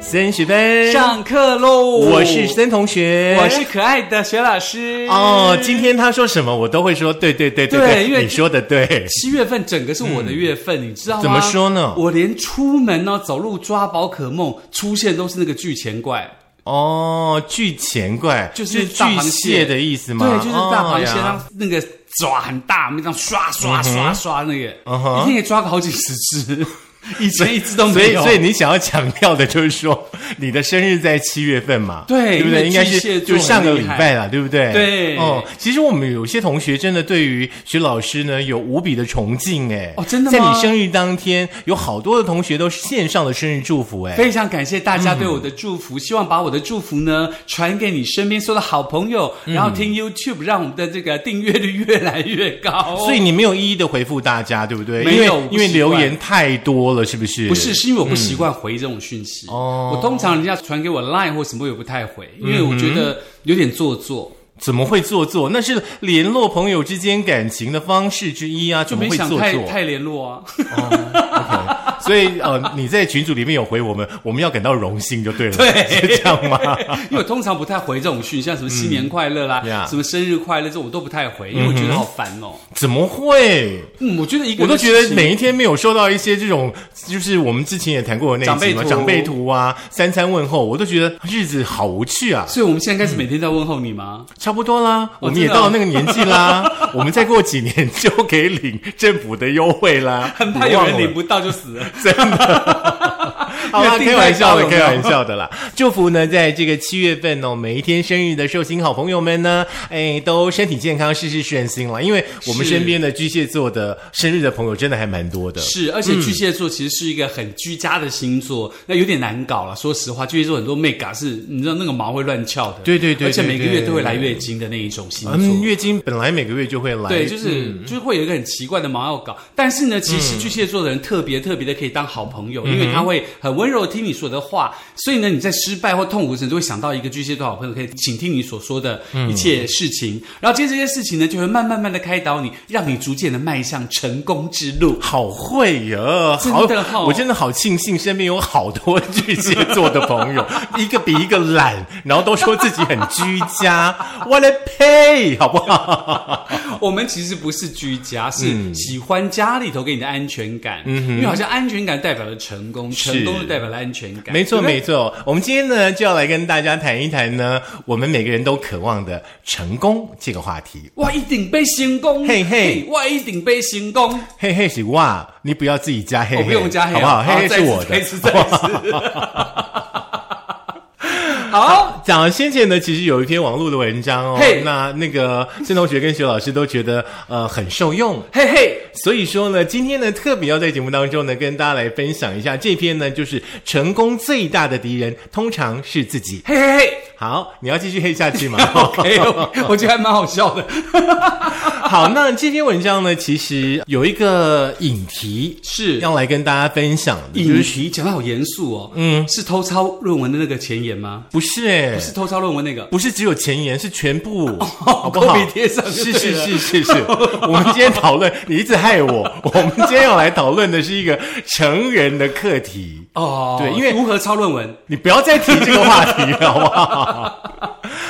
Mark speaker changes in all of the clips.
Speaker 1: 森学分，
Speaker 2: 上课喽！
Speaker 1: 我是森同学，
Speaker 2: 我是可爱的学老师。
Speaker 1: 哦，今天他说什么我都会说，对对对
Speaker 2: 对
Speaker 1: 对，
Speaker 2: 因为
Speaker 1: 你说的对，
Speaker 2: 七月份整个是我的月份，你知道吗？
Speaker 1: 怎么说呢
Speaker 2: 我连出门呢、走路抓宝可梦出现都是那个巨钱怪，
Speaker 1: 哦，巨钱怪
Speaker 2: 就是
Speaker 1: 巨
Speaker 2: 大螃
Speaker 1: 蟹的意思吗？
Speaker 2: 对，就是大螃蟹，
Speaker 1: 哦呀
Speaker 2: 它、那个爪很大，那样刷刷刷刷那个，
Speaker 1: 嗯哼
Speaker 2: 一天也抓个好几十只，以前一只都
Speaker 1: 所
Speaker 2: 没
Speaker 1: 以，
Speaker 2: 有。
Speaker 1: 所以你想要强调的就是说，你的生日在七月份嘛？对
Speaker 2: 对
Speaker 1: 不
Speaker 2: 因
Speaker 1: 对？
Speaker 2: 为
Speaker 1: 应该
Speaker 2: 巨蟹
Speaker 1: 是
Speaker 2: 座
Speaker 1: 就
Speaker 2: 很
Speaker 1: 上个
Speaker 2: 厉
Speaker 1: 礼
Speaker 2: 害
Speaker 1: 拜了，对不对？
Speaker 2: 对
Speaker 1: 哦，其实我们有些同学真的对于徐老师呢有无比的崇敬哎。
Speaker 2: 哦真的
Speaker 1: 在
Speaker 2: 吗
Speaker 1: 你生日当天，有好多的同学都是线上的生日祝福哎。
Speaker 2: 非常感谢大家对我的祝福，希望把我的祝福呢传给你身边所有的好朋友，
Speaker 1: 嗯
Speaker 2: 然后听 YouTube，让我们的这个订阅率越来越高。
Speaker 1: 所以你没有一一的回复大家，对不对？
Speaker 2: 哦没
Speaker 1: 因
Speaker 2: 有
Speaker 1: 为因为
Speaker 2: 我不习
Speaker 1: 留
Speaker 2: 惯
Speaker 1: 言太多了，是不是？
Speaker 2: 不是，是因为我不习惯回这种讯息。
Speaker 1: 哦嗯
Speaker 2: 我通常人家传给我 Line 或什么，我也不太回，因为我觉得有点做作。
Speaker 1: 怎么会做作？那是联络朋友之间感情的方式之一啊，
Speaker 2: 就
Speaker 1: 怎么
Speaker 2: 没
Speaker 1: 会
Speaker 2: 想
Speaker 1: 做
Speaker 2: 太
Speaker 1: 作？
Speaker 2: 太联络 啊，
Speaker 1: OK，所以呃，你在群组里面有回我们，我们要感到荣幸就 对了，是这样吗？
Speaker 2: 因为我通常不太回这种讯，像什么新年快乐啦、
Speaker 1: Yeah
Speaker 2: 什么生日快乐这种我都不太回，因为我觉得好烦哦。
Speaker 1: 怎么会？
Speaker 2: 嗯，我觉得一个
Speaker 1: 我都
Speaker 2: 人
Speaker 1: 觉得
Speaker 2: 事情
Speaker 1: 每一天没有收到一些这种，就是我们之前也谈过的那一集嘛，
Speaker 2: 长辈图
Speaker 1: 长辈图啊，三餐问候，我都觉得日子好无趣啊。
Speaker 2: 所以我们现在开始每天在问候你吗？
Speaker 1: 差不多啦，我们也
Speaker 2: 真的哦
Speaker 1: 到那个年纪 啦，我们再过几年就可以领政府的优惠啦。
Speaker 2: 很怕
Speaker 1: 你嗯
Speaker 2: 有
Speaker 1: 忘
Speaker 2: 人
Speaker 1: 了
Speaker 2: 领不到就死了。
Speaker 1: 好 啦，
Speaker 2: 越定
Speaker 1: 开
Speaker 2: 越
Speaker 1: 玩笑的，
Speaker 2: 高有没
Speaker 1: 开
Speaker 2: 有
Speaker 1: 玩笑的啦。祝福呢，在这个七月份哦，每一天生日的寿星好朋友们呢，哎，都身体健康，事事顺心啦。因为我们
Speaker 2: 是
Speaker 1: 身边的巨蟹座的生日的朋友真的还蛮多的。
Speaker 2: 是，而且巨蟹座其实是一个很居家的星
Speaker 1: 嗯
Speaker 2: 座，那有点难搞了。说实话，巨蟹座很多 mega 是，你知道那个毛会乱翘的，
Speaker 1: 对对对
Speaker 2: 而且每个
Speaker 1: 对
Speaker 2: 月
Speaker 1: 对
Speaker 2: 都会来月经的那一种星座。
Speaker 1: 嗯，月经本来嗯每个月就会来，
Speaker 2: 对，就是、就是会有一个很奇怪的毛要搞，但是呢，其实巨蟹座的人特别特别的可以当好朋
Speaker 1: 嗯
Speaker 2: 友，因为他会很温柔地听你说的话，所以呢，你在失败或痛苦的时候，就会想到一个巨蟹座好朋友可以倾听你所说的
Speaker 1: 嗯
Speaker 2: 一切事情，然后接着这些事情呢，就会慢慢慢的开导你，让你逐渐的迈向成功之路。
Speaker 1: 好会呀，
Speaker 2: 真
Speaker 1: 好，
Speaker 2: 的哦
Speaker 1: 我真的好庆幸身边有好多巨蟹座的朋 友，一个比一个懒，然后都说自己很居家， 我来配，好不 好？
Speaker 2: 我们其实不是居家，是
Speaker 1: 嗯
Speaker 2: 喜欢家里头给你的安全感，因为好像安全感代表了成功，
Speaker 1: 是
Speaker 2: 成功就代表了安全感，
Speaker 1: 没错，
Speaker 2: 对不对
Speaker 1: 没错。我们今天呢，就要来跟大家谈一谈呢，我们每个人都渴望的成功这个话题。
Speaker 2: 我一定被成功，
Speaker 1: 嘿嘿
Speaker 2: 我一定被成功，
Speaker 1: 嘿嘿，是哇，你不要自己加嘿嘿，
Speaker 2: 我不用加黑啊，
Speaker 1: 好不好？嘿嘿
Speaker 2: 再
Speaker 1: 是
Speaker 2: 一次
Speaker 1: 我
Speaker 2: 再一
Speaker 1: 的。
Speaker 2: 次，再 一次。好，
Speaker 1: 讲先前呢，其实有一篇网络的文章哦
Speaker 2: 嘿，
Speaker 1: 那那个郑同学跟徐老师都觉得呃很受用，
Speaker 2: 嘿嘿，
Speaker 1: 所以说呢，今天呢特别要在节目当中呢跟大家来分享一下这篇呢，就是成功最大的敌人通常是自己。
Speaker 2: 嘿嘿嘿。
Speaker 1: 好，你要继续黑下去吗
Speaker 2: OK，我觉得还蛮好笑的。
Speaker 1: 好，那这篇文章呢，其实有一个引题
Speaker 2: 是
Speaker 1: 要来跟大家分享的，就是
Speaker 2: 影题讲的好严肃哦，嗯，是偷抄论文的那个前言吗？
Speaker 1: 不是哎、
Speaker 2: 是偷抄论文那个？
Speaker 1: 不是只有前言，是全部，好不好？
Speaker 2: 哦抠鼻贴上就是对
Speaker 1: 是
Speaker 2: 了
Speaker 1: 是是是。我们今天讨论，你一直害我。我们今天要来讨论的是一个成人的课题。
Speaker 2: 哦，
Speaker 1: 对因为
Speaker 2: 如何抄论文？
Speaker 1: 你不要再提这个话题了，好不好？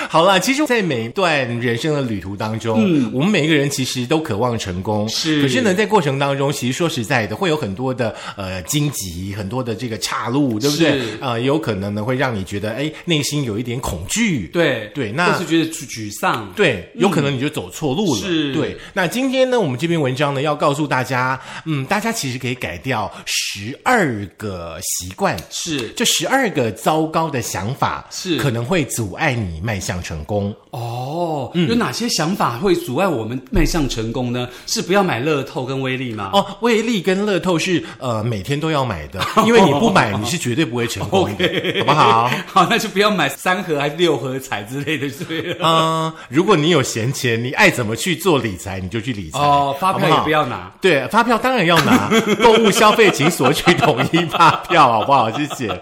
Speaker 1: 好啦，其实，在每一段人生的旅途当中，我们每一个人其实都渴望成功，
Speaker 2: 嗯是
Speaker 1: 可是呢，在过程当中，其实说实在的，会有很多的呃荆棘，很多的这个岔路，对不对
Speaker 2: 是？
Speaker 1: 啊、有可能呢，会让你觉得哎，内心有一点恐惧，
Speaker 2: 对
Speaker 1: 对那
Speaker 2: 或是觉得沮沮丧，
Speaker 1: 对，有可能你就走错路了。
Speaker 2: 是
Speaker 1: 对。那今天呢，我们这篇文章呢，要告诉大家，嗯，大家其实可以改掉十二个习惯。
Speaker 2: 是
Speaker 1: 这十二个糟糕的想法
Speaker 2: 是
Speaker 1: 可能会阻碍你迈向成功。
Speaker 2: 哦，
Speaker 1: 嗯
Speaker 2: 有哪些想法会阻碍我们迈向成功呢？是不要买乐透跟威力吗？
Speaker 1: 哦，威力跟乐透是呃每天都要买的，因为你不买你是绝对不会成功 的，好不好？
Speaker 2: 好，那就不要买三盒还是六合彩之类的，对了。
Speaker 1: 嗯，如果你有闲钱，你爱怎么去做理财，你就去理财。
Speaker 2: 哦，发票
Speaker 1: 好
Speaker 2: 也
Speaker 1: 好
Speaker 2: 不要拿。
Speaker 1: 对，发 票当然要拿，购物消费请索取统一发票，好不好？谢谢。嗯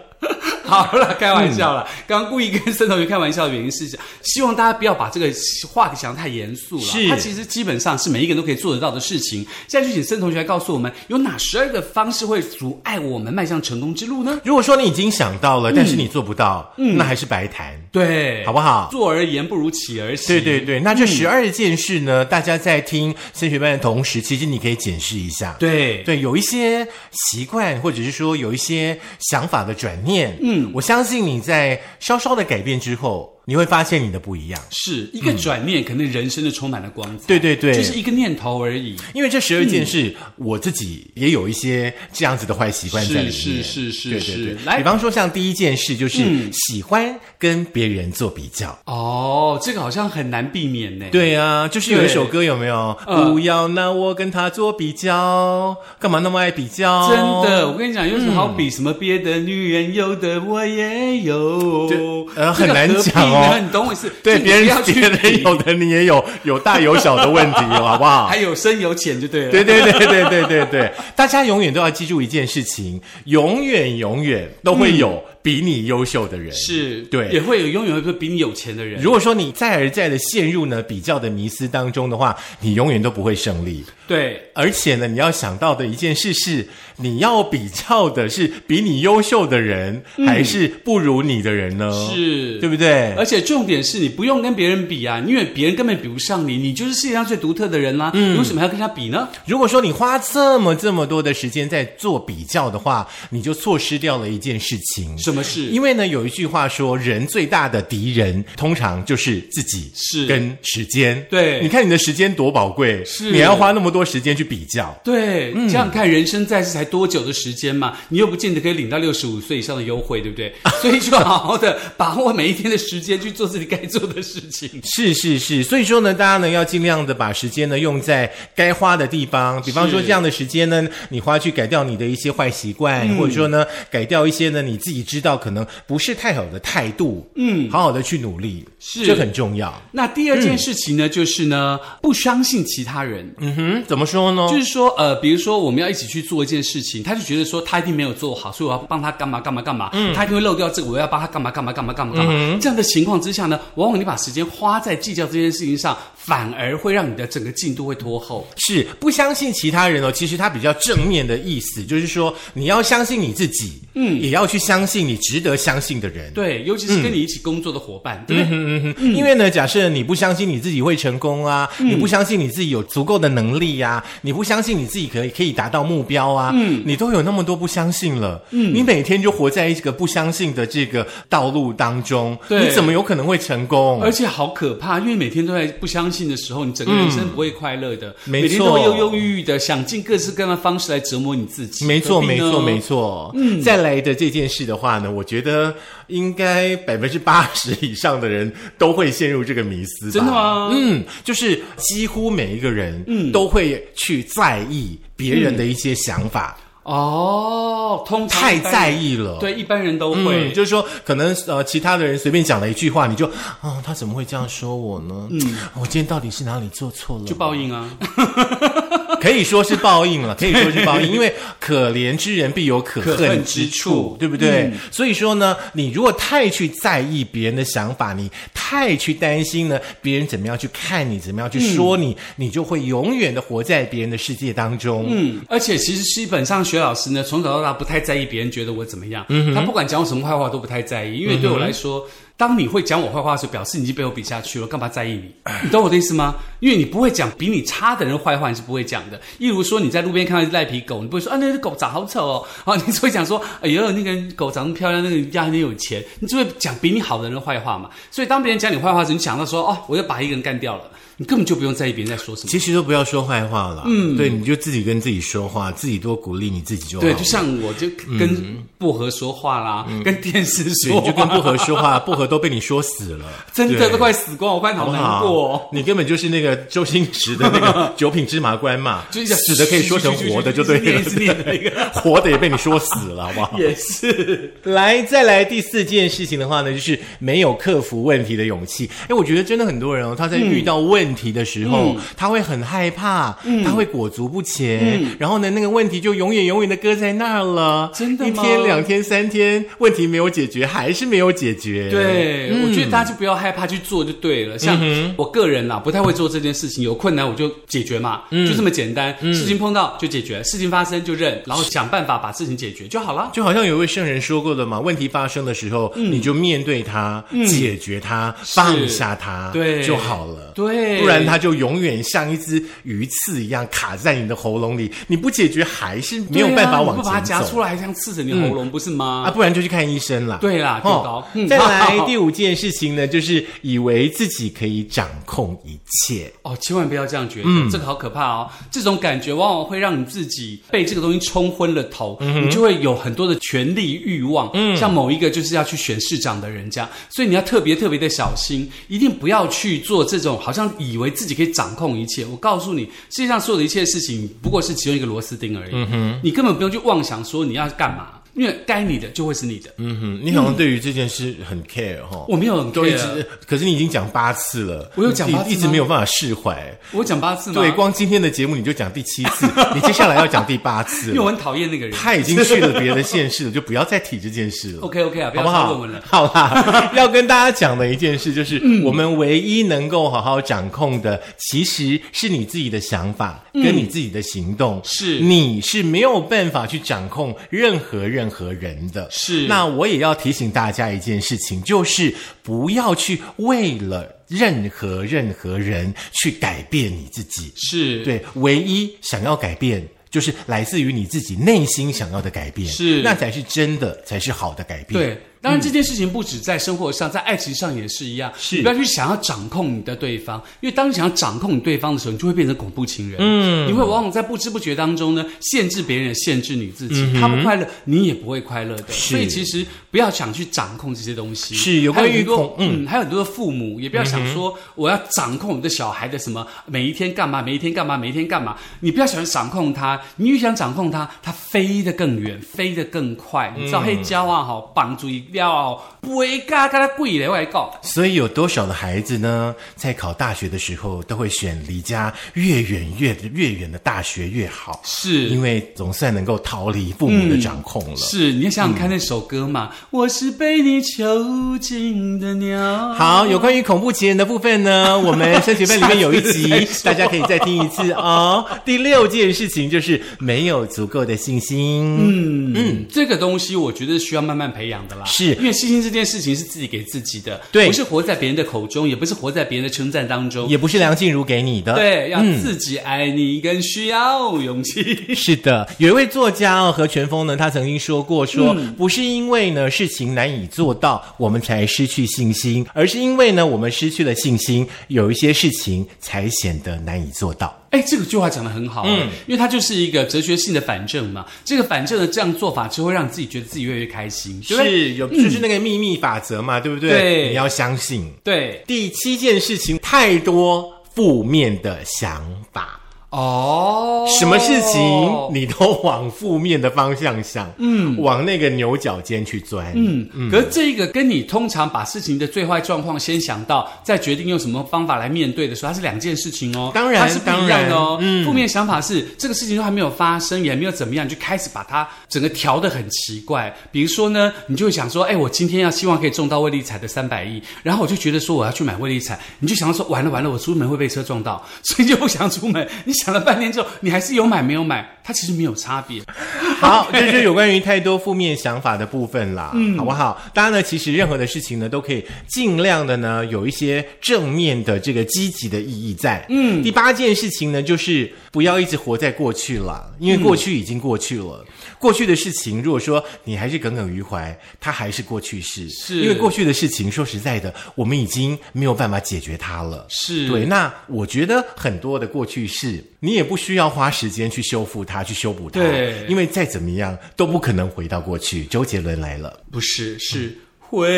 Speaker 2: 好 好了，开玩笑了。刚刚故意跟森同学开玩笑的原因是想，希望大家不要把这个话想得太严肃了。
Speaker 1: 是
Speaker 2: 它其实基本上是每一个人都可以做得到的事情。现在就请森同学来告诉我们，有哪十二个方式会阻碍我们迈向成功之路呢？
Speaker 1: 如果说你已经想到了，但是你做不到，那还是白谈，
Speaker 2: 嗯对，
Speaker 1: 好不好？
Speaker 2: 坐而言不如起而行。
Speaker 1: 对啊对对，那
Speaker 2: 嗯
Speaker 1: 这十二件事呢，大家在听升学班的同时，其实你可以检视一下。
Speaker 2: 对
Speaker 1: 对，有一些习惯，或者是说有一些想法的转念，嗯，我相信你在稍稍的改变之后，你会发现你的不一样。
Speaker 2: 是一个转念，可能人生就充满了光彩。
Speaker 1: 对对对
Speaker 2: 就是一个念头而已。
Speaker 1: 因为这十二件事，我自己也有一些这样子的坏习惯在里面。
Speaker 2: 是是是是
Speaker 1: 对
Speaker 2: 是
Speaker 1: 对对。
Speaker 2: 来嗯
Speaker 1: 比方说，像第一件事就是喜欢跟别人做比较。
Speaker 2: 哦，这个好像很难避免呢。
Speaker 1: 对啊，就是有一
Speaker 2: 对
Speaker 1: 首歌有没有？
Speaker 2: 嗯
Speaker 1: 不要拿我跟他做比较，干嘛那么爱比较？
Speaker 2: 真的，我跟你讲，有什么好比什么别的女人有的我也有，
Speaker 1: 对呃
Speaker 2: 这个
Speaker 1: 很难
Speaker 2: 何必
Speaker 1: 讲哦
Speaker 2: 呢你懂我意思？
Speaker 1: 对
Speaker 2: 就你
Speaker 1: 别
Speaker 2: 不
Speaker 1: 人
Speaker 2: 要去
Speaker 1: 别人
Speaker 2: 比
Speaker 1: 有的你也有，有大有小的问题，好不好
Speaker 2: 还？有深有浅就对了。
Speaker 1: 对对对对对对对，大家永远都要记住一件事情，永远永远都会有比你优秀的人。
Speaker 2: 嗯是，
Speaker 1: 对
Speaker 2: 也会有永远会比你有钱的人。
Speaker 1: 如果说你再而再的陷入呢比较的迷思当中的话，你永远都不会胜利。
Speaker 2: 对，
Speaker 1: 而且呢，你要想到的一件事是，你要比较的是比你优秀的人，还是不如你的人呢？
Speaker 2: 嗯是
Speaker 1: 对不对？
Speaker 2: 而且重点是你不用跟别人比啊，因为别人根本比不上你，你就是世界上最独特的人啦、你为什么还要跟他比呢？
Speaker 1: 如果说你花这么这么多的时间在做比较的话，你就错失掉了一件事情。
Speaker 2: 什么事？
Speaker 1: 因为呢，有一句话说，人最大的敌人通常就是自己，
Speaker 2: 是
Speaker 1: 跟时间。
Speaker 2: 对
Speaker 1: 你看你的时间多宝贵，
Speaker 2: 是
Speaker 1: 你还要花那么多时间去比较。
Speaker 2: 对，想想看，人生在世才多久的时间嘛，你又不见得可以领到六十五岁以上的优惠，对不对？ 所以就好好的把握每一天的时间去做自己该做的事情。
Speaker 1: 是是是，所以说呢，大家呢要尽量的把时间呢用在该花的地方，比方说
Speaker 2: 是
Speaker 1: 这样的时间呢，你花去改掉你的一些坏习惯，或者说呢改掉一些呢你自己知道可能不是太好的态度，嗯，好好的去努力，
Speaker 2: 是
Speaker 1: 这很重要。
Speaker 2: 那第二件事情呢，就是呢，不相信其他人。
Speaker 1: 嗯哼，怎么说呢？
Speaker 2: 就是说，呃，比如说我们要一起去做一件事情，他就觉得说他一定没有做好，所以我要帮他干嘛干嘛干嘛，他一定会漏掉这个，我要帮他干嘛干嘛干嘛干嘛干嘛。这样的情况之下呢，往往你把时间花在计较这件事情上，反而会让你的整个进度会拖后。
Speaker 1: 是不相信其他人哦，其实它比较正面的意思，就是说你要相信你自己，嗯，也要去相信你值得相信的人。
Speaker 2: 对，尤其是跟你一起工作的伙伴，对不对？
Speaker 1: 嗯哼，因为呢，假设你不相信你自己会成功啊，你不相信你自己有足够的能力呀、啊，你不相信你自己可以可以达到目标啊，嗯，你都有那么多不相信了，嗯，你每天就活在一个不相信的这个道路当中，
Speaker 2: 对
Speaker 1: 你怎么有可能会成功？
Speaker 2: 而且好可怕，因为每天都在不相信的时候，你整个人生不会快乐的，
Speaker 1: 没
Speaker 2: 每天
Speaker 1: 错
Speaker 2: 都会忧忧郁郁的，想尽各式各样的方式来折磨你自己。
Speaker 1: 没错，
Speaker 2: 何必
Speaker 1: 没
Speaker 2: 呢
Speaker 1: 错，没错。嗯，再来的这件事的话呢，我觉得应该百分之八十以上的人都会陷入这个迷思吧。
Speaker 2: 真的吗
Speaker 1: 嗯，就是几乎每一个人，嗯，都会去在意别人的一些想法，
Speaker 2: 哦，通常
Speaker 1: 太
Speaker 2: 一般
Speaker 1: 嗯
Speaker 2: 人
Speaker 1: 在意了。。
Speaker 2: 对一般人都会。
Speaker 1: 嗯，就是说，可能呃，其他的人随便讲了一句话，你就啊、他怎么会这样说我呢？嗯，我今天到底是哪里做错了？
Speaker 2: 就报应啊！
Speaker 1: 可以说是报应了，可以说是报应，因为可怜之人必有可
Speaker 2: 可恨
Speaker 1: 恨
Speaker 2: 之
Speaker 1: 之
Speaker 2: 处嗯
Speaker 1: 处，对不对？所以说呢，你如果太去在意别人的想法，你太去担心呢别人怎么样去看你，怎么样去说你，你就会永远的活在别人的世界当中。
Speaker 2: 嗯， 而且其实基本上学老师呢，从小到大不太在意别人觉得我怎么样，他不管讲我什么坏话都不太在意，因为对我来说，当你会讲我坏话的时候，表示你已经被我比下去了，干嘛在意你？你懂我的意思吗？因为你不会讲比你差的人坏话，你是不会讲的。例如说你在路边看到一只赖皮狗，你不会说啊那只狗长好丑哦， 啊你只会讲说哎呦那个狗长那么漂亮，那个人家很有钱，你只会讲比你好的人坏话嘛。所以当别人讲你坏话的时候，你想到说哦我要把一个人干掉了，你根本就不用在意别人在说什么。
Speaker 1: 其实都不要说坏话了，嗯，对，你就自己跟自己说话，自己多鼓励你自己就好
Speaker 2: 对，
Speaker 1: 了。
Speaker 2: 就像我就跟薄荷说话啦，跟电视
Speaker 1: 嗯对
Speaker 2: 说
Speaker 1: 你就跟
Speaker 2: 话，
Speaker 1: 薄荷说话，薄荷都被你说死了，
Speaker 2: 真的
Speaker 1: 对
Speaker 2: 都快死光，我快
Speaker 1: 好
Speaker 2: 好
Speaker 1: 不
Speaker 2: 难
Speaker 1: 好？
Speaker 2: 过哦。
Speaker 1: 你根本就是那个周星驰的那 个九品芝麻官嘛，
Speaker 2: 就是
Speaker 1: 死的可以说成活的就对 了
Speaker 2: 一，直念一直念一直念
Speaker 1: 活的也被你说死了，好不好
Speaker 2: 那？个也是，
Speaker 1: 来，再来第四件事情的话呢，就是没有克服问题的勇气。哎，我觉得真的很多人哦，他在遇到问问题的时
Speaker 2: 嗯
Speaker 1: 候，他会很害怕，他会裹足不前，
Speaker 2: 嗯
Speaker 1: 然后呢，那个问题就永远永远的搁在那儿了。
Speaker 2: 真的
Speaker 1: 一
Speaker 2: 吗
Speaker 1: 天、两天、三天，问题没有解决，还是没有解决。，
Speaker 2: 对，
Speaker 1: 嗯
Speaker 2: 我觉得大家就不要害怕去做就对了。像我个人啦，不太会做这件事情，有困难我就解决嘛，
Speaker 1: 嗯
Speaker 2: 就这么简单。事情碰到就解决，事情发生就认，然后想办法把事情解决就好了。
Speaker 1: 就好像有一位圣人说过的嘛，问题发生的时候，
Speaker 2: 嗯
Speaker 1: 你就面对它，解决它，放下它，
Speaker 2: 对
Speaker 1: 就好了。
Speaker 2: 对，
Speaker 1: 不然它就永远像一只鱼刺一样卡在你的喉咙里，你不解决还是没有办法
Speaker 2: 对啊你
Speaker 1: 往
Speaker 2: 不把它
Speaker 1: 前
Speaker 2: 夹
Speaker 1: 走
Speaker 2: 出来，像刺着你喉咙，不是
Speaker 1: 啊，
Speaker 2: 吗？
Speaker 1: 不然就去看医生啦。
Speaker 2: 对啦，丢
Speaker 1: 哦
Speaker 2: 刀。嗯
Speaker 1: 再来
Speaker 2: 好
Speaker 1: 第五件事情呢，就是以为自己可以掌控一切。
Speaker 2: 哦，千万不要这样觉得，
Speaker 1: 嗯
Speaker 2: 这个好可怕哦！这种感觉往往会让你自己被这个东西冲昏了头，
Speaker 1: 嗯
Speaker 2: 你就会有很多的权力欲望。嗯，像某一个就是要去选市长的人家，所以你要特别特别的小心，一定不要去做这种好像以为自己可以掌控一切。我告诉你，世界上所有的一切事情不过是其中一个螺丝钉而已。嗯哼，你根本不用去妄想说你要干嘛，因为该你的就会是你的。
Speaker 1: 嗯哼，你好像对于这件事很 care 哈、
Speaker 2: 嗯我没有很
Speaker 1: 都一
Speaker 2: care，啊
Speaker 1: 直，可是你已经讲八次了，
Speaker 2: 我有讲八次吗
Speaker 1: 你一直没有办法释怀。
Speaker 2: 我讲八次吗？
Speaker 1: 对，光今天的节目你就讲第七 次，你接下来要讲第八次
Speaker 2: 因为我
Speaker 1: 了。
Speaker 2: 很讨厌那个人。
Speaker 1: 他已经去了别的县市了，就不要再提这件事了。
Speaker 2: OK OK 啊，不
Speaker 1: 好
Speaker 2: 要
Speaker 1: 不
Speaker 2: 再
Speaker 1: 好
Speaker 2: 论文了？。嗯
Speaker 1: 好啦， 要跟大家讲的一件事就是，我们唯一能够好好掌控的，其实是你自己的想法跟你自己的行动。
Speaker 2: 嗯是
Speaker 1: 你是没有办法去掌控任何任何人的。
Speaker 2: 是
Speaker 1: 那我也要提醒大家一件事情，就是不要去为了任何任何人去改变你自己。
Speaker 2: 是
Speaker 1: 对，唯一想要改变。就是来自于你自己内心想要的改变，
Speaker 2: 是
Speaker 1: 那才是真的，才是好的改变。嗯
Speaker 2: 对，当然这件事情不止在生活上，在爱情上也是一样。
Speaker 1: 是
Speaker 2: 你不要去想要掌控你的对方，因为当你想要掌控你对方的时候，你就会变成恐怖情人。嗯，你会往往在不知不觉当中呢，限制别人，也限制你自己。
Speaker 1: 嗯
Speaker 2: 他不快乐，你也不会快乐的。所以其实不要想去掌控这些东西。
Speaker 1: 是有
Speaker 2: 还
Speaker 1: 关
Speaker 2: 有
Speaker 1: 于
Speaker 2: 很
Speaker 1: 恐嗯
Speaker 2: 多嗯，还有很多的父母也不要想说我要掌控我的小孩的什么，每一天干嘛，每一天干嘛，每一天干嘛。你不要想掌控他，你越想掌控他，他飞得更远，飞得更快。你知道
Speaker 1: 嗯
Speaker 2: 黑胶啊，吼，绑住一料啊，吼不会嘎嘎他贵嘞，我来告。
Speaker 1: 所以有多少的孩子呢，在考大学的时候都会选离家越远越越远的大学越好，因
Speaker 2: 是
Speaker 1: 为总算能够逃离父母的掌控了。
Speaker 2: 嗯是，你要想想看那首歌嘛，
Speaker 1: 嗯
Speaker 2: 我是被你囚禁的鸟。
Speaker 1: 好，有关于恐怖情人的部分呢，我们升学班里面有一
Speaker 2: 下
Speaker 1: 集
Speaker 2: 次再，说
Speaker 1: 大家可以再听一次哦。第六件事情就是没有足够的信心。
Speaker 2: 嗯嗯，这个东西我觉得需要慢慢培养的啦，
Speaker 1: 是
Speaker 2: 因为信心这件事情是自己给自己的，
Speaker 1: 对
Speaker 2: 不是活在别人的口中，也不是活在别人的称赞当中，
Speaker 1: 也嗯不是梁静茹给你的，
Speaker 2: 对，要自己爱你，更需要勇气。
Speaker 1: 是的，有一位作家哦，何全峰呢，他曾经说过说，不是因为呢事情难以做到，我们才失去信心，而是因为呢我们失去了信心，有一些事情才显得难以做到。
Speaker 2: 哎，这个句话讲得很好、嗯，因为它就是一个哲学性的反证嘛。这个反证的这样做法，就会让自己觉得自己越来越开心，对不对？
Speaker 1: 是有，就是那个秘密法则嘛，对不对？
Speaker 2: 对
Speaker 1: 你要相信。
Speaker 2: 对，
Speaker 1: 第七件事情，太多负面的想法。
Speaker 2: 哦，
Speaker 1: 什么事情你都往负面的方向想，嗯，往那个牛角尖去钻，嗯，
Speaker 2: 嗯，可是这个跟你通常把事情的最坏状况先想到，再决定用什么方法来面对的时候，它是两件事情哦。
Speaker 1: 当然
Speaker 2: 它是不一样的
Speaker 1: 当然
Speaker 2: 哦。
Speaker 1: 嗯
Speaker 2: 负面想法是这个事情都还没有发生，也没有怎么样，你就开始把它整个调得很奇怪。比如说呢，你就会想说，哎，我今天要希望可以中到威力彩的三百亿，然后我就觉得说我要去买威力彩，你就想到说，完了完了，我出门会被车撞到，所以就不想出门。你想了半天之后，你还是有买没有买，它其实没有差别。
Speaker 1: 好，这就是有关于太多负面想法的部分啦，好不好？大家呢，其实任何的事情呢，都可以尽量的呢，有一些正面的这个积极的意义在。嗯，第八件事情呢，就是不要一直活在过去啦，因为过去已经过去了。过去的事情，如果说你还是耿耿于怀，它还是过去式。
Speaker 2: 是
Speaker 1: 因为过去的事情，说实在的，我们已经没有办法解决它了。
Speaker 2: 是
Speaker 1: 对，那我觉得很多的过去式，你也不需要花时间去修复它，去修补它，
Speaker 2: 对
Speaker 1: 因为再怎么样都不可能回到过去。周杰伦来了，
Speaker 2: 不是，是回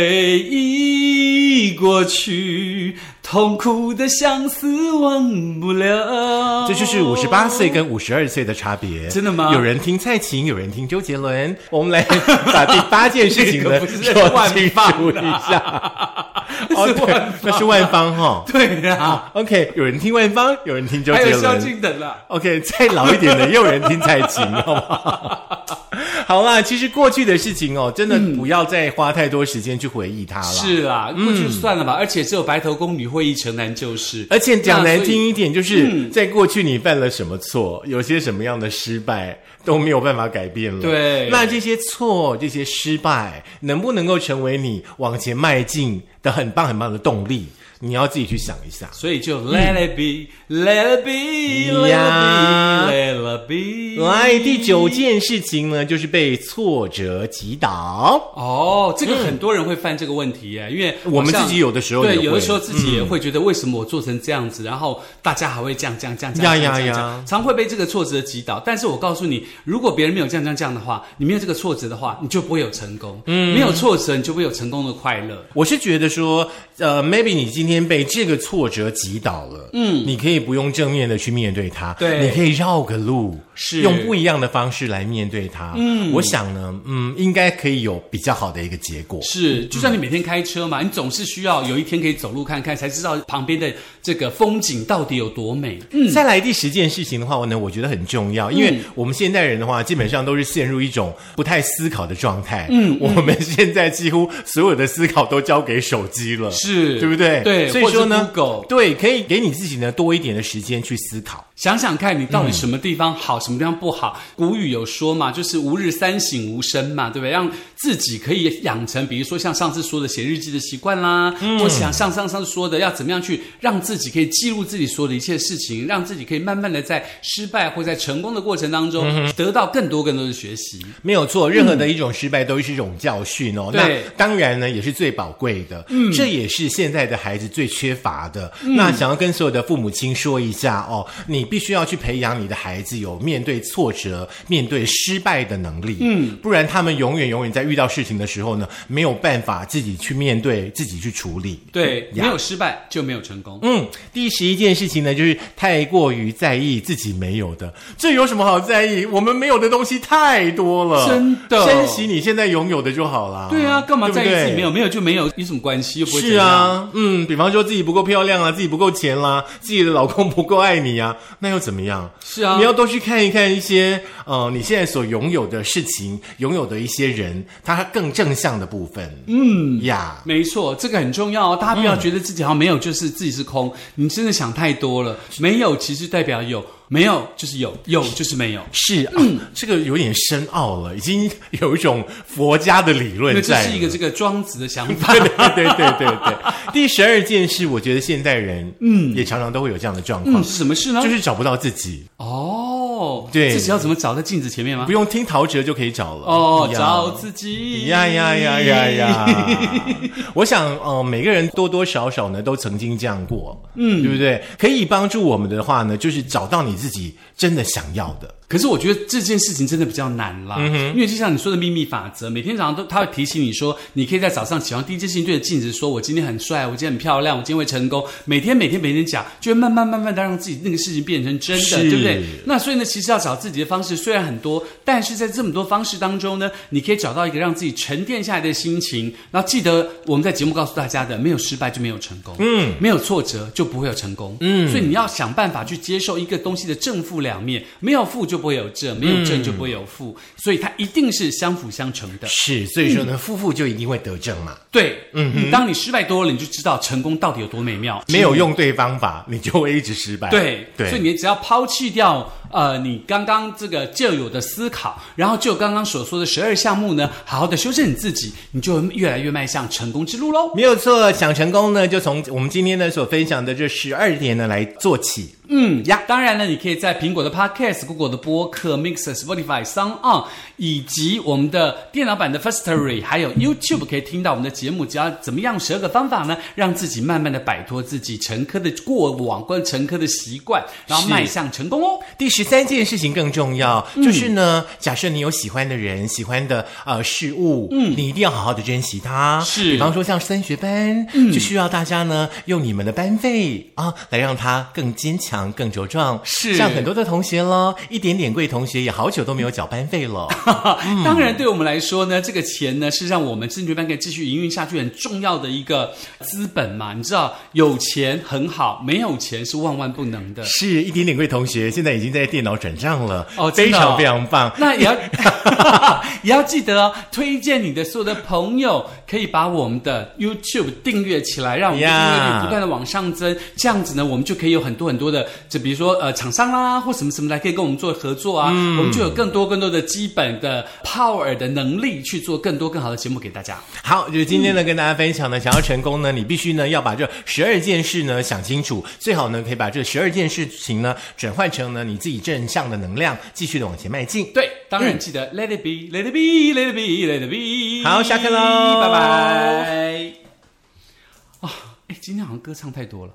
Speaker 2: 忆过去，痛苦的相思忘不了。
Speaker 1: 这就是五十八岁跟五十二岁的差别。
Speaker 2: 哦真的吗
Speaker 1: 有人听蔡琴，有人听周杰 伦。我们来把第八件事情呢
Speaker 2: 这个不是
Speaker 1: 说
Speaker 2: 万
Speaker 1: 清
Speaker 2: 放
Speaker 1: 楚一下。
Speaker 2: 是万
Speaker 1: 哦那
Speaker 2: 方，啊
Speaker 1: 是万方哈。
Speaker 2: 对 啦，
Speaker 1: OK，有人听万方，有人听周
Speaker 2: 还
Speaker 1: 杰
Speaker 2: 有萧
Speaker 1: 伦。
Speaker 2: 敬腾啊啦，
Speaker 1: OK，再 老一点的，也有人听蔡琴，好不好？ 好啦，其实过去的事情哦，真的不要再花太多时间去回忆它了。
Speaker 2: 嗯
Speaker 1: 嗯
Speaker 2: 是啦，过去算了吧。而且只有白头宫女会议城南旧事，
Speaker 1: 而且讲难
Speaker 2: 那所以嗯
Speaker 1: 听一点，就是在过去你犯了什么错，有些什么样的失败都没有办法改变了。
Speaker 2: 对
Speaker 1: 那这些错、这些失败，能不能够成为你往前迈进的很棒很棒的动力？你要自己去想一下。
Speaker 2: 所以
Speaker 1: 嗯
Speaker 2: 就 Let it be，Let it be，Let
Speaker 1: 呀
Speaker 2: it be，Let it be。
Speaker 1: 来，第九件事情呢，就是被挫折击倒。
Speaker 2: 哦，这个很多人会犯这个问题耶，因为
Speaker 1: 嗯我们
Speaker 2: 好像
Speaker 1: 自己有的时候也嗯
Speaker 2: 对，
Speaker 1: 会
Speaker 2: 有的时候自己也会觉得为什么我做成这样子，然后大家还会这样这样这样这
Speaker 1: 呀
Speaker 2: 样
Speaker 1: 呀
Speaker 2: 这样这样
Speaker 1: 呀
Speaker 2: 这样，常会被这个挫折击倒。但是我告诉你，如果别人没有这样这样这样的话，你没有这个挫折的话，你就不会有成功。嗯，没有挫折，你就不会有成功的快乐。
Speaker 1: 我是觉得说，呃，maybe 你今天被这个挫折击倒了，嗯，你可以不用正面的去面对它，
Speaker 2: 对
Speaker 1: 你可以绕个路，
Speaker 2: 是
Speaker 1: 用不一样的方式来面对它，嗯，我想呢，嗯，应该可以有比较好的一个结果。
Speaker 2: 是，就算你每天开车嘛，你总是需要有一天可以走路看看，才知道旁边的这个风景到底有多美。
Speaker 1: 嗯，再来第十件事情的话呢，我觉得很重要，因为
Speaker 2: 嗯
Speaker 1: 我们现代人的话，基本上都是陷入一种不太思考的状态。嗯，我们现在几乎所有的思考都交给手机了，
Speaker 2: 是
Speaker 1: 对不对？
Speaker 2: 对
Speaker 1: 所以说呢
Speaker 2: 或者是 Google
Speaker 1: 对，可以给你自己呢多一点的时间去思考。
Speaker 2: 想想看你到底
Speaker 1: 嗯
Speaker 2: 什么地方好，什么地方不好。古语有说嘛，就是吾日三省吾身嘛，对不对？让自己可以养成，比如说像上次说的写日记的习惯啦，
Speaker 1: 嗯
Speaker 2: 或想像上上次说的要怎么样去让自己可以记录自己所有的一切事情，让自己可以慢慢的在失败或在成功的过程当中、
Speaker 1: 嗯
Speaker 2: 得到更多更多的学习。
Speaker 1: 没有错，任何的一种失败都是一种教训哦。
Speaker 2: 对
Speaker 1: 那当然呢，也是最宝贵的。嗯，这也是现在的孩子最缺乏的。那想要跟所有的父母亲说一下哦，你必须要去培养你的孩子有面对挫折、面对失败的能力。嗯，不然他们永远永远在遇到事情的时候呢，没有办法自己去面对、自己去处理。
Speaker 2: 对，
Speaker 1: 嗯呀
Speaker 2: 没有失败就没有成功。
Speaker 1: 嗯，第十一件事情呢，就是太过于在意自己没有的，这有什么好在意？我们没有的东西太多了，
Speaker 2: 真的
Speaker 1: 珍惜你现在拥有的就好啦。
Speaker 2: 对啊，干嘛在意自己没
Speaker 1: 有？
Speaker 2: 有？没有就没有，有什么关系？又不会
Speaker 1: 是
Speaker 2: 怎样。
Speaker 1: 啊，嗯，比方说自己不够漂亮啊，自己不够钱啦、自己的老公不够爱你啊，那又怎么样？
Speaker 2: 是啊
Speaker 1: 你要多去看一看一些呃，你现在所拥有的事情，拥有的一些人，他更正向的部分。嗯呀。
Speaker 2: 没错，这个很重要哦。大家不要觉得自己好像没有，就是自己是空。你真的想太多了，没有其实代表有，没有就是有，有就是没有。
Speaker 1: 是啊，
Speaker 2: 嗯
Speaker 1: 这个有点深奥了，已经有一种佛家的理
Speaker 2: 因
Speaker 1: 论
Speaker 2: 为这
Speaker 1: 在了。
Speaker 2: 是一个这个庄子的想法。
Speaker 1: 对对对对对。第十二件事，我觉得现代人嗯也常常都会有这样的状况，
Speaker 2: 嗯，是什么事呢？
Speaker 1: 就是找不到自己，
Speaker 2: 哦，
Speaker 1: 对
Speaker 2: 自己要怎么找在镜子前面吗
Speaker 1: 不？用听陶喆就可以找了。
Speaker 2: 哦，
Speaker 1: 呀
Speaker 2: 找自己
Speaker 1: 呀呀呀呀呀！ 我想，呃，每个人多多少少呢，都曾经这样过，嗯，对不对？可以帮助我们的话呢，就是找到你自己真的想要的。
Speaker 2: 可是我觉得这件事情真的比较难啦，因为就像你说的秘密法则，每天早上都他会提醒你说，你可以在早上起床第一件事情对着镜子说，我今天很帅，我今天很漂亮，我今天会成功。每天每天每天讲，就会慢慢慢慢的让自己那个事情变成真的，
Speaker 1: 是
Speaker 2: 对不对？那所以呢，其实要找自己的方式虽然很多，但是在这么多方式当中呢，你可以找到一个让自己沉淀下来的心情。然后记得我们在节目告诉大家的，没有失败就没有成功，嗯，没有挫折就不会有成功，嗯，所以你要想办法去接受一个东西的正负两面，没有负就不会有正，没有正就不会有负，所以它一定是相辅相成的。
Speaker 1: 是，所以说
Speaker 2: 嗯
Speaker 1: 呢，夫妇就一定会得正嘛。
Speaker 2: 对，嗯，当你失败多了，你就知道成功到底有多美妙。
Speaker 1: 没有用对方法，你就会一直失败。
Speaker 2: 对，
Speaker 1: 哎对，
Speaker 2: 所以你只要抛弃掉呃你刚刚这个旧有的思考，然后就刚刚所说的十二项目呢，好好的修正你自己，你就会越来越迈向成功之路喽。
Speaker 1: 没有错，想成功呢，就从我们今天呢所分享的这十二点呢来做起。
Speaker 2: 嗯呀，当然呢，你可以在苹果的 Podcast、Google 的播客、Mixer、Spotify、Sound On，以及我们的电脑版的 Firstory，还有 YouTube 可以听到我们的节目。只要怎么样十二个方法呢，让自己慢慢的摆脱自己沉疴的过往跟沉疴的习惯，然后
Speaker 1: 是
Speaker 2: 迈向成功哦。
Speaker 1: 第十三件事情更重要，
Speaker 2: 嗯
Speaker 1: 就是呢，假设你有喜欢的人、喜欢的呃事物，嗯，你一定要好好的珍惜它。
Speaker 2: 是
Speaker 1: 比方说像升学班，嗯，就需要大家呢用你们的班费啊，来让它更坚强、更茁壮。
Speaker 2: 是
Speaker 1: 像很多的同学咯，一点点贵同学也好久都没有缴班费了。
Speaker 2: 啊当然，对我们来说呢，这个钱呢是让我们证券班可以继续营运下去很重要的一个资本嘛。你知道，有钱很好，没有钱是万万不能的。
Speaker 1: 是一点点贵同学，现在已经在电脑转账了，
Speaker 2: 哦真
Speaker 1: 非
Speaker 2: 的哦
Speaker 1: 常非常棒。
Speaker 2: 那也要 也要记得哦，推荐你的所有的朋友，可以把我们的 YouTube 订阅起来，让我们的订阅
Speaker 1: Yeah
Speaker 2: 率不断的往上增。这样子呢，我们就可以有很多很多的，就比如说呃厂商啦，或什么什么来可以跟我们做合作啊，我们就有更多更多的基本的 power 的能力去做更多更好的节目给大家。
Speaker 1: 好，就是今天呢，跟大家分享呢，想要成功呢，你必须呢要把这十二件事呢想清楚，最好呢可以把这十二件事情呢转换成呢你自己正向的能量，继续的往前迈进。
Speaker 2: 对，当
Speaker 1: 嗯
Speaker 2: 然记得、Let it be, Let it be, Let it be, Let it be。
Speaker 1: 好下课喽
Speaker 2: 哦拜拜。啊、哎，今天好像歌唱太多了。